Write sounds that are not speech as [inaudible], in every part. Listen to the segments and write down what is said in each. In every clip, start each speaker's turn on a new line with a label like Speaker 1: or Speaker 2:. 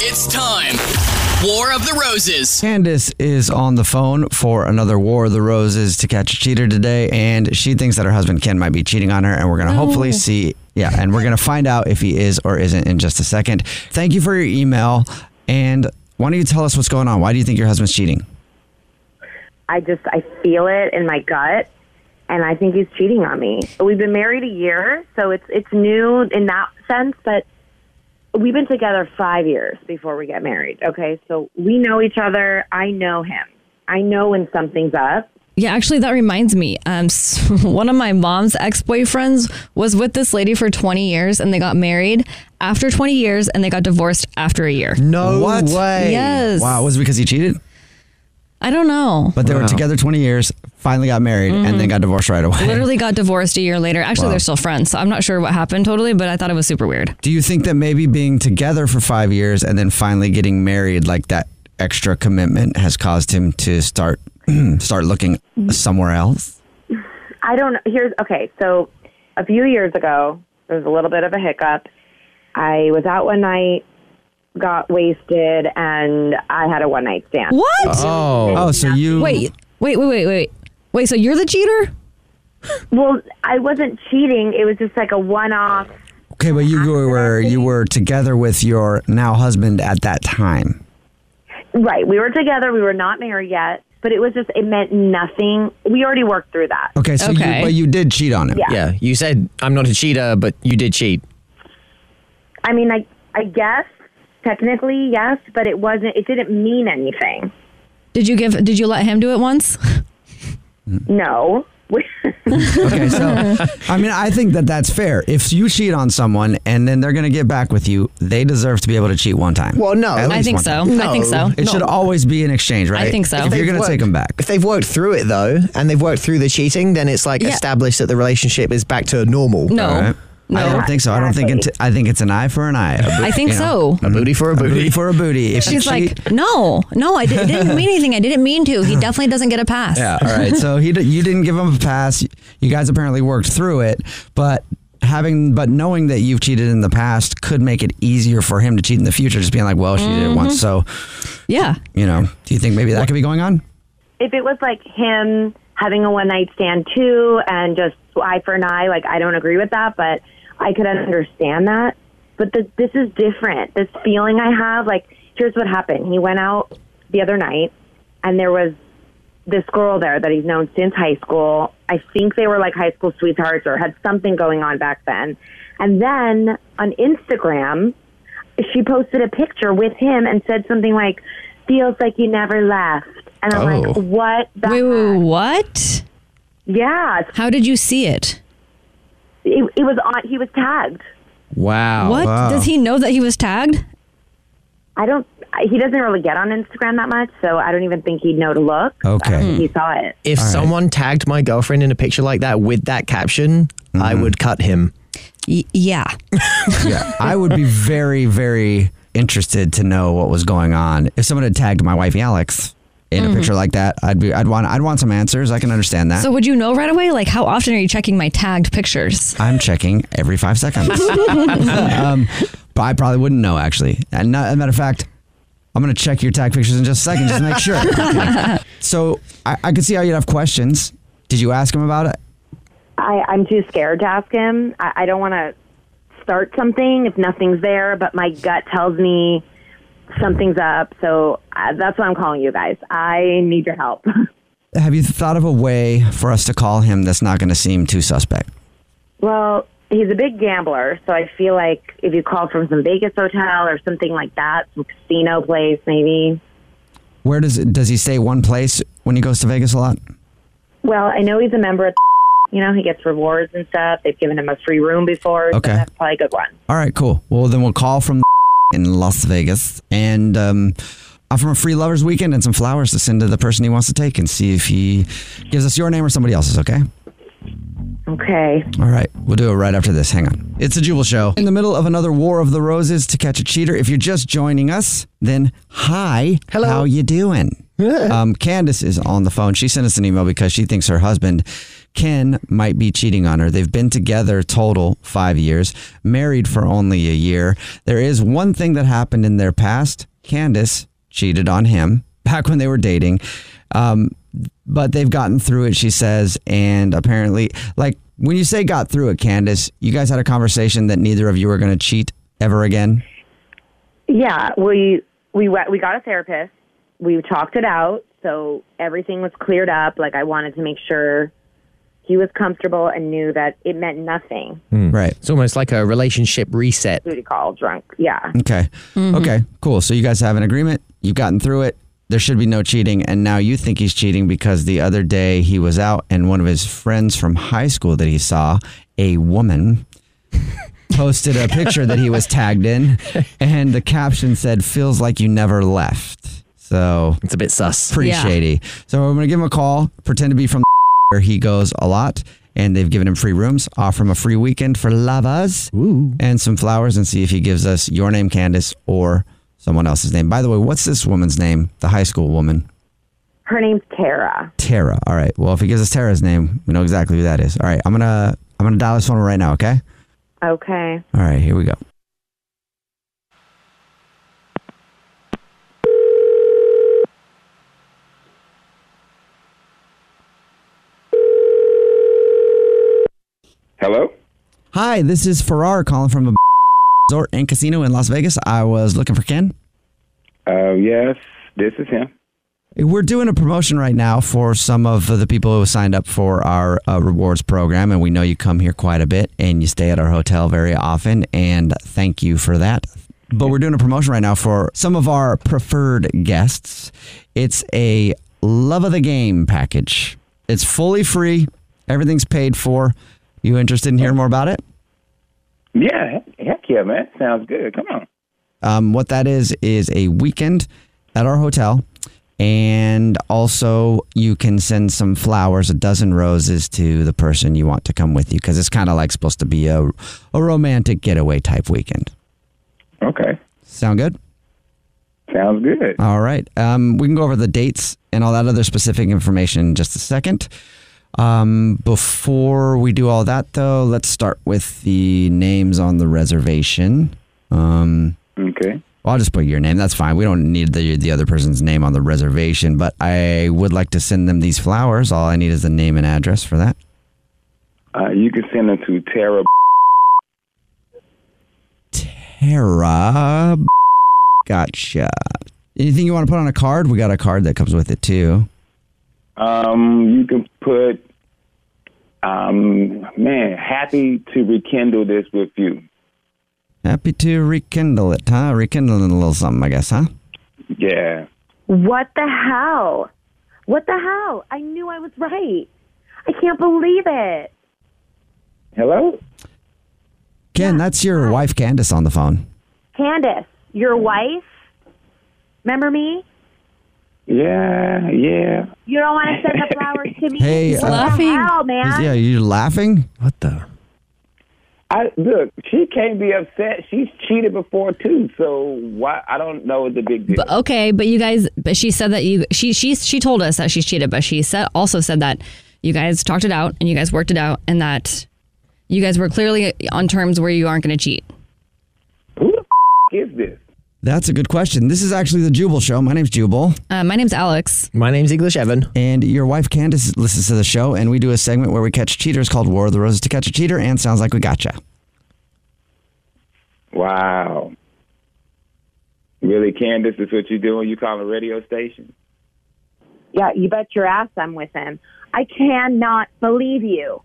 Speaker 1: It's time. War of the Roses.
Speaker 2: Candace is on the phone for another War of the Roses to catch a cheater today, and she thinks that her husband Ken might be cheating on her, and we're gonna hopefully see, yeah, and we're gonna find out if he is or isn't in just a second. Thank you for your email, and why don't you tell us what's going on? Why do you think your husband's cheating?
Speaker 3: I just I feel it in my gut, and I think he's cheating on me. We've been married a year, so it's it's new in that sense, but we've been together five years before we get married. Okay, so we know each other. I know him. I know when something's up.
Speaker 4: Yeah, actually, that reminds me. Um, s- [laughs] one of my mom's ex boyfriends was with this lady for 20 years and they got married after 20 years and they got divorced after a year.
Speaker 2: No what?
Speaker 4: way. Yes.
Speaker 2: Wow, was it because he cheated?
Speaker 4: I don't know.
Speaker 2: But they were together 20 years, finally got married, and then got divorced right away.
Speaker 4: Mm-hmm. Literally got divorced a year later. Actually, they're still friends. So I'm not sure what happened totally, but I thought it was super weird.
Speaker 2: Do you think that maybe being together for five years and then finally getting married, like that extra commitment, has caused him to start [clears throat] start looking somewhere else?
Speaker 3: I don't. Here's okay. So a few years ago, there was a little bit of a hiccup. I was out one night, got wasted, and I had a one night stand.
Speaker 4: What?
Speaker 2: Oh, oh, so you
Speaker 4: Wait, wait, wait, wait, wait. Wait, so you're the cheater?
Speaker 3: Well, I wasn't cheating. It was just like a one off.
Speaker 2: okay? But you were you were together with your now husband at that time.
Speaker 3: Right. We were together. We were not married yet, but it was just, it meant nothing. We already worked through that.
Speaker 2: Okay, so
Speaker 4: Okay.
Speaker 2: you but you did cheat on him.
Speaker 3: Yeah.
Speaker 5: Yeah, you said I'm not a cheater, but you did cheat.
Speaker 3: I mean, I, I guess technically, yes, but it wasn't, it didn't mean anything.
Speaker 4: Did you give? Did you let him do it once?
Speaker 3: No. [laughs]
Speaker 2: Okay, so I mean, I think that that's fair. If you cheat on someone and then they're gonna get back with you, they deserve to be able to cheat one time.
Speaker 5: Well, no.
Speaker 2: At
Speaker 5: I
Speaker 2: least
Speaker 4: I think
Speaker 2: one
Speaker 4: so.
Speaker 2: time.
Speaker 4: I think so.
Speaker 2: It should always be an exchange, right?
Speaker 4: think so.
Speaker 2: If you're
Speaker 5: They've
Speaker 2: gonna take
Speaker 5: worked-
Speaker 2: them back.
Speaker 5: If they've worked through it though, and they've worked through the cheating, then it's like
Speaker 4: Yeah.
Speaker 5: established that the relationship is back to normal.
Speaker 4: No.
Speaker 2: All right.
Speaker 4: No.
Speaker 2: I don't think so. I don't think it, I think it's an eye for an eye. A bo-
Speaker 4: I think
Speaker 2: you
Speaker 4: so.
Speaker 5: A booty for a
Speaker 2: A
Speaker 5: booty.
Speaker 2: booty for a booty. If you
Speaker 4: She's
Speaker 2: cheat-
Speaker 4: like, no, no, I di- it didn't mean anything. I didn't
Speaker 2: [laughs]
Speaker 4: mean to. He definitely doesn't get a pass.
Speaker 2: yeah. All right. So he di- you didn't give him a pass. You guys apparently worked through it, but having but knowing that you've cheated in the past could make it easier for him to cheat in the future. Just being like, well, she did it once, so
Speaker 4: Yeah.
Speaker 2: you know. Do you think maybe that could be going on?
Speaker 3: if it was like him having a one night stand too and just eye for an eye, like I don't agree with that, but I could understand that. But the, this is different. This feeling I have, like, here's what happened. He went out the other night and there was this girl there that he's known since high school. I think they were like high school sweethearts or had something going on back then. And then on Instagram, she posted a picture with him and said something like, "Feels like you never left." And I'm like,
Speaker 5: Oh.
Speaker 3: "What? The
Speaker 4: Wait, wait, wait,
Speaker 3: heck?"
Speaker 4: what?
Speaker 3: Yeah, it's-
Speaker 4: How did you see it?
Speaker 3: it, it was on. He was tagged.
Speaker 5: Wow.
Speaker 4: what
Speaker 2: Oh, wow.
Speaker 4: does he know that he was tagged?
Speaker 3: I don't. I- He doesn't really get on Instagram that much, so I don't even think he'd know to look. I
Speaker 2: Okay.
Speaker 3: don't think he saw it.
Speaker 5: If someone tagged my girlfriend in a picture like that with that caption, I would cut him.
Speaker 4: Y- yeah.
Speaker 2: [laughs] yeah, I would be very, very interested to know what was going on. If someone had tagged my wife Alex in
Speaker 4: Mhm.
Speaker 2: a picture like that, I'd be, I'd want, I'd want some answers. I can understand that.
Speaker 4: So would you know right away? Like, how often are you checking my tagged pictures?
Speaker 2: I'm checking every five seconds. um, but I probably wouldn't know actually. And not, as a matter of fact, I'm gonna check your tag pictures in just a second, just to make sure. so I, I could see how you'd have questions. Did you ask him about it?
Speaker 3: I, I'm too scared to ask him. I, I don't want to start something if nothing's there, but my gut tells me something's up. So uh, that's why I'm calling you guys. I need your help. [laughs]
Speaker 2: Have you thought of a way for us to call him that's not going to seem too suspect?
Speaker 3: well, he's a big gambler, so I feel like if you call from some Vegas hotel or something like that, some casino place maybe.
Speaker 2: Where does does he stay one place when he goes to Vegas a lot?
Speaker 3: Well, I know he's a member of, [laughs] you know, he gets rewards and stuff. They've given him a free room before,
Speaker 2: Okay.
Speaker 3: so that's probably a good one.
Speaker 2: All right, cool. Well, then we'll call from [laughs] in Las Vegas and um, offer him a free lovers weekend and some flowers to send to the person he wants to take and see if he gives us your name or somebody else's. Okay.
Speaker 3: Okay.
Speaker 2: All right, we'll do it right after this. Hang on. It's a Jubal show. In the middle of another War of the Roses to catch a cheater. If you're just joining us, then hi. Hello. How you doing? um, Candace is on the phone. She sent us an email because she thinks her husband Ken might be cheating on her. They've been together total five years, married for only a year. There is one thing that happened in their past. Candace cheated on him back when they were dating. Um, but they've gotten through it, she says. And apparently, like when you say got through it, Candace, you guys had a conversation that neither of you were going to cheat ever again.
Speaker 3: Yeah, we we went, we got a therapist. We talked it out, so everything was cleared up. Like I wanted to make sure he was comfortable and knew that it meant nothing.
Speaker 6: Hmm.
Speaker 2: Right.
Speaker 7: It's almost like a relationship reset.
Speaker 3: Booty call, drunk. Yeah.
Speaker 2: Okay. Okay. Cool. So you guys have an agreement. You've gotten through it. There should be no cheating. And now you think he's cheating because the other day he was out and one of his friends from high school that he saw, a woman, posted a picture that he was tagged in. And the caption said, feels like you never left. So it's a bit sus. Pretty
Speaker 7: Yeah.
Speaker 2: shady. So I'm going to give him a call, pretend to be from [laughs] where he goes a lot. And they've given him free rooms, offer him a free weekend for lavas and some flowers and see if he gives us your name, Candace, or someone else's name. By the way, what's this woman's name? The high school woman?
Speaker 3: Her name's Tara.
Speaker 2: Tara. All right. Well, if he gives us Tara's name, we know exactly who that is. All right. I'm going to I'm going to dial his phone right now, okay?
Speaker 3: Okay.
Speaker 2: All right. Here we go.
Speaker 6: Hello?
Speaker 2: Hi, this is Farrar calling from a [laughs] resort and casino in Las Vegas. I was looking for Ken.
Speaker 6: Uh, yes, this is him.
Speaker 2: We're doing a promotion right now for some of the people who signed up for our uh, rewards program, and we know you come here quite a bit and you stay at our hotel very often, and thank you for that. But we're doing a promotion right now for some of our preferred guests. It's a love of the game package. It's fully free. Everything's paid for. You interested in hearing more about it?
Speaker 6: Yeah, heck, heck yeah, man. Sounds good. Come on.
Speaker 2: Um, what that is is a weekend at our hotel, and also you can send some flowers, a dozen roses, to the person you want to come with you because it's kind of like supposed to be a a romantic getaway type weekend.
Speaker 6: Okay.
Speaker 2: Sound good?
Speaker 6: Sounds good.
Speaker 2: All right. Um, we can go over the dates and all that other specific information in just a second. Um, before we do all that, though, let's start with the names on the reservation. Um,
Speaker 6: okay.
Speaker 2: Well, I'll just put your name. That's fine. We don't need the the other person's name on the reservation, but I would like to send them these flowers. All I need is the name and address for that.
Speaker 6: Uh, you can send them to Tara.
Speaker 2: Tara. Gotcha. Anything you want to put on a card? We got a card that comes with it too.
Speaker 6: Um, you can put, um, man, happy to rekindle this with you.
Speaker 2: Happy to rekindle it, huh? Rekindling a little something, I guess, huh?
Speaker 6: Yeah.
Speaker 3: What the hell? What the hell? I knew I was right. I can't believe it.
Speaker 6: Hello?
Speaker 2: Ken, that's your wife Candace on the phone.
Speaker 3: Candace, your
Speaker 6: Hmm.
Speaker 3: wife? Remember me?
Speaker 6: Yeah, yeah.
Speaker 3: You don't want to send the flowers to me?
Speaker 2: Hey,
Speaker 3: what the hell, man?
Speaker 2: Yeah, you're laughing? What the?
Speaker 6: I look. She can't be upset. She's cheated before too. So why? I don't know the big deal.
Speaker 4: But okay, but you guys, but she said that you she she she told us that she's cheated, but she said also said that you guys talked it out and you guys worked it out and that you guys were clearly on terms where you aren't going to cheat.
Speaker 6: Who the f- is this?
Speaker 2: That's a good question. This is actually the Jubal Show. My name's Jubal.
Speaker 4: Uh, my name's Alex.
Speaker 2: My name's English Evan. And your wife Candace listens to the show, and we do a segment where we catch cheaters called War of the Roses to catch a cheater, and sounds like we gotcha.
Speaker 6: Wow. Really, Candace, is what you doing? You call a radio station?
Speaker 3: Yeah, you bet your ass I'm with him. I cannot believe you.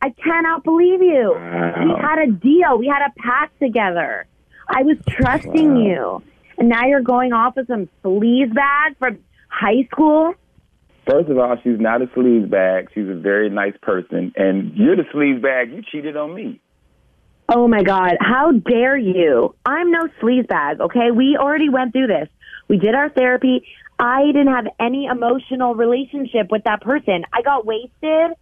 Speaker 3: I cannot believe you. We had a deal. We had a pact together. I was trusting you. And now you're going off with some sleaze bag from high school?
Speaker 6: First of all, she's not a sleaze bag. She's a very nice person, and you're the sleaze bag. You cheated on me.
Speaker 3: Oh my God, how dare you? I'm no sleazebag, okay? We already went through this. We did our therapy. I didn't have any emotional relationship with that person. I got wasted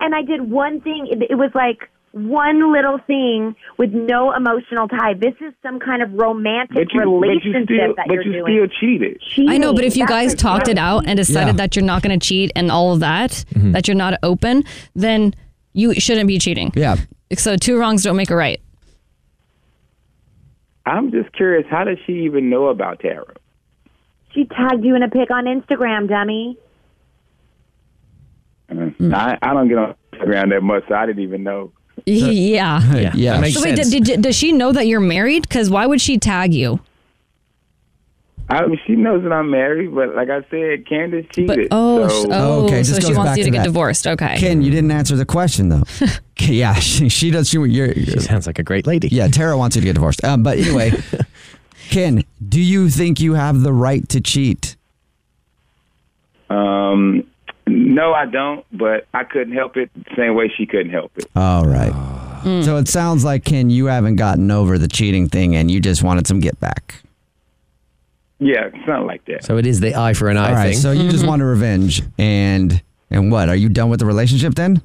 Speaker 3: and I did one thing. It, it was like one little thing with no emotional tie. This is some kind of romantic
Speaker 6: But you, but you
Speaker 3: relationship
Speaker 6: still,
Speaker 3: that
Speaker 6: but
Speaker 3: you're
Speaker 6: you
Speaker 3: doing.
Speaker 6: still cheated.
Speaker 4: I know, but if you
Speaker 3: That's
Speaker 4: guys
Speaker 3: what
Speaker 4: talked it
Speaker 3: happened.
Speaker 4: out and decided that you're not going to cheat and all of that, that you're not open, then you shouldn't be cheating.
Speaker 2: Yeah.
Speaker 4: So two wrongs don't make a right.
Speaker 6: I'm just curious. How does she even know about tarot?
Speaker 3: She tagged you in a pic on Instagram, dummy.
Speaker 6: Uh, I, I don't get on Instagram that much, so I didn't even know.
Speaker 4: yeah.
Speaker 6: Yeah, Yeah. that makes
Speaker 4: So wait,
Speaker 6: sense.
Speaker 4: Did, did- does she know that you're married? Because why would she tag you?
Speaker 6: I mean, she knows that I'm married, but like I said, Candace cheated.
Speaker 4: oh,
Speaker 6: so,
Speaker 2: okay, just goes back to that.
Speaker 4: Okay.
Speaker 2: Ken, you didn't answer the question though. Okay, yeah, [laughs] she, she does. She, you're, she
Speaker 7: sounds like a great lady.
Speaker 2: Yeah, Tara wants you to get divorced. Um, but anyway, Ken, do you think you have the right to cheat?
Speaker 6: Um, no, I don't, but I couldn't help it the same way she couldn't help it.
Speaker 2: All right. So it sounds like Ken, you haven't gotten over the cheating thing, and you just wanted some get back.
Speaker 6: Yeah, something like that.
Speaker 7: So it is the eye for an eye
Speaker 2: All right.
Speaker 7: thing.
Speaker 2: So you just wanted revenge, and and what? Are you done with the relationship then?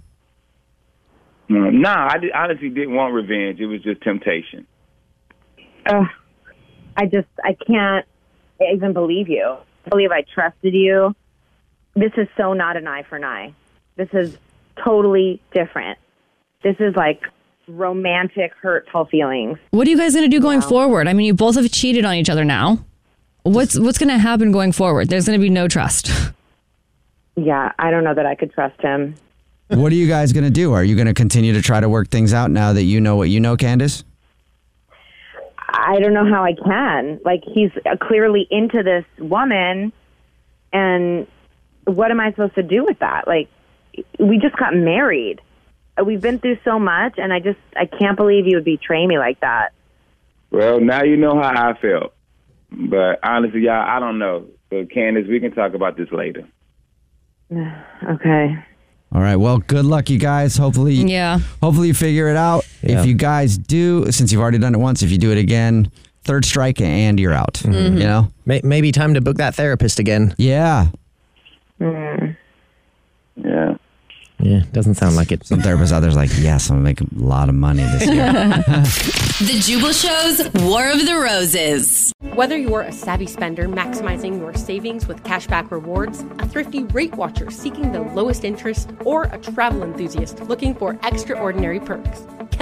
Speaker 6: Mm, Nah, I di- honestly didn't want revenge. It was just temptation.
Speaker 3: Ugh, I just, I can't even believe you. I believe I trusted you. This is so not an eye for an eye. This is totally different. This is like romantic, hurtful feelings.
Speaker 4: What are you guys going to do going forward? I mean, you both have cheated on each other now. What's what's going to happen going forward? There's going to be no trust. [laughs]
Speaker 3: Yeah, I don't know that I could trust him.
Speaker 2: what are you guys gonna do? Are you gonna continue to try to work things out now that you know what you know, Candace?
Speaker 3: I don't know how I can. Like, he's uh, clearly into this woman, and what am I supposed to do with that? Like, we just got married. Uh, We've been through so much, and I just, I can't believe you would betray me like that.
Speaker 6: Well, now you know how I felt. But honestly, y'all, I don't know. So, Candace, we can talk about this later.
Speaker 3: Okay.
Speaker 2: All right. Well, good luck, you guys. Hopefully,
Speaker 4: yeah.
Speaker 2: Hopefully, you figure it out.
Speaker 7: Yeah.
Speaker 2: If you guys do, since you've already done it once, if you do it again, third strike and you're out.
Speaker 7: Mhm.
Speaker 2: You know.
Speaker 7: May- maybe time to book that therapist again.
Speaker 2: Yeah.
Speaker 6: Yeah.
Speaker 7: Yeah. Doesn't sound like it.
Speaker 2: Some therapists out there's like, yes, I'm gonna make a lot of money this year.
Speaker 8: The Jubal Show's War of the Roses.
Speaker 9: Whether you're a savvy spender maximizing your savings with cashback rewards, a thrifty rate watcher seeking the lowest interest, or a travel enthusiast looking for extraordinary perks,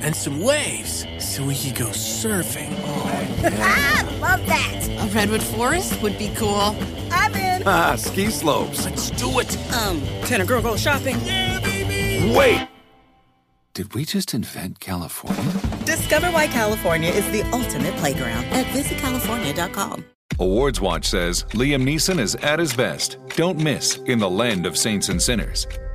Speaker 10: And some waves so we could go
Speaker 11: [laughs]
Speaker 10: surfing.
Speaker 8: Ah, love that. A redwood forest would be cool. I'm in.
Speaker 12: [laughs] Ah, ski slopes.
Speaker 10: Let's do it.
Speaker 8: Um, can a girl go shopping? Yeah, baby.
Speaker 12: Wait! Did we just invent California?
Speaker 11: Discover why California is the ultimate playground at visitcalifornia.com.
Speaker 13: Awards Watch says Liam Neeson is at his best. Don't miss in the land of saints and sinners.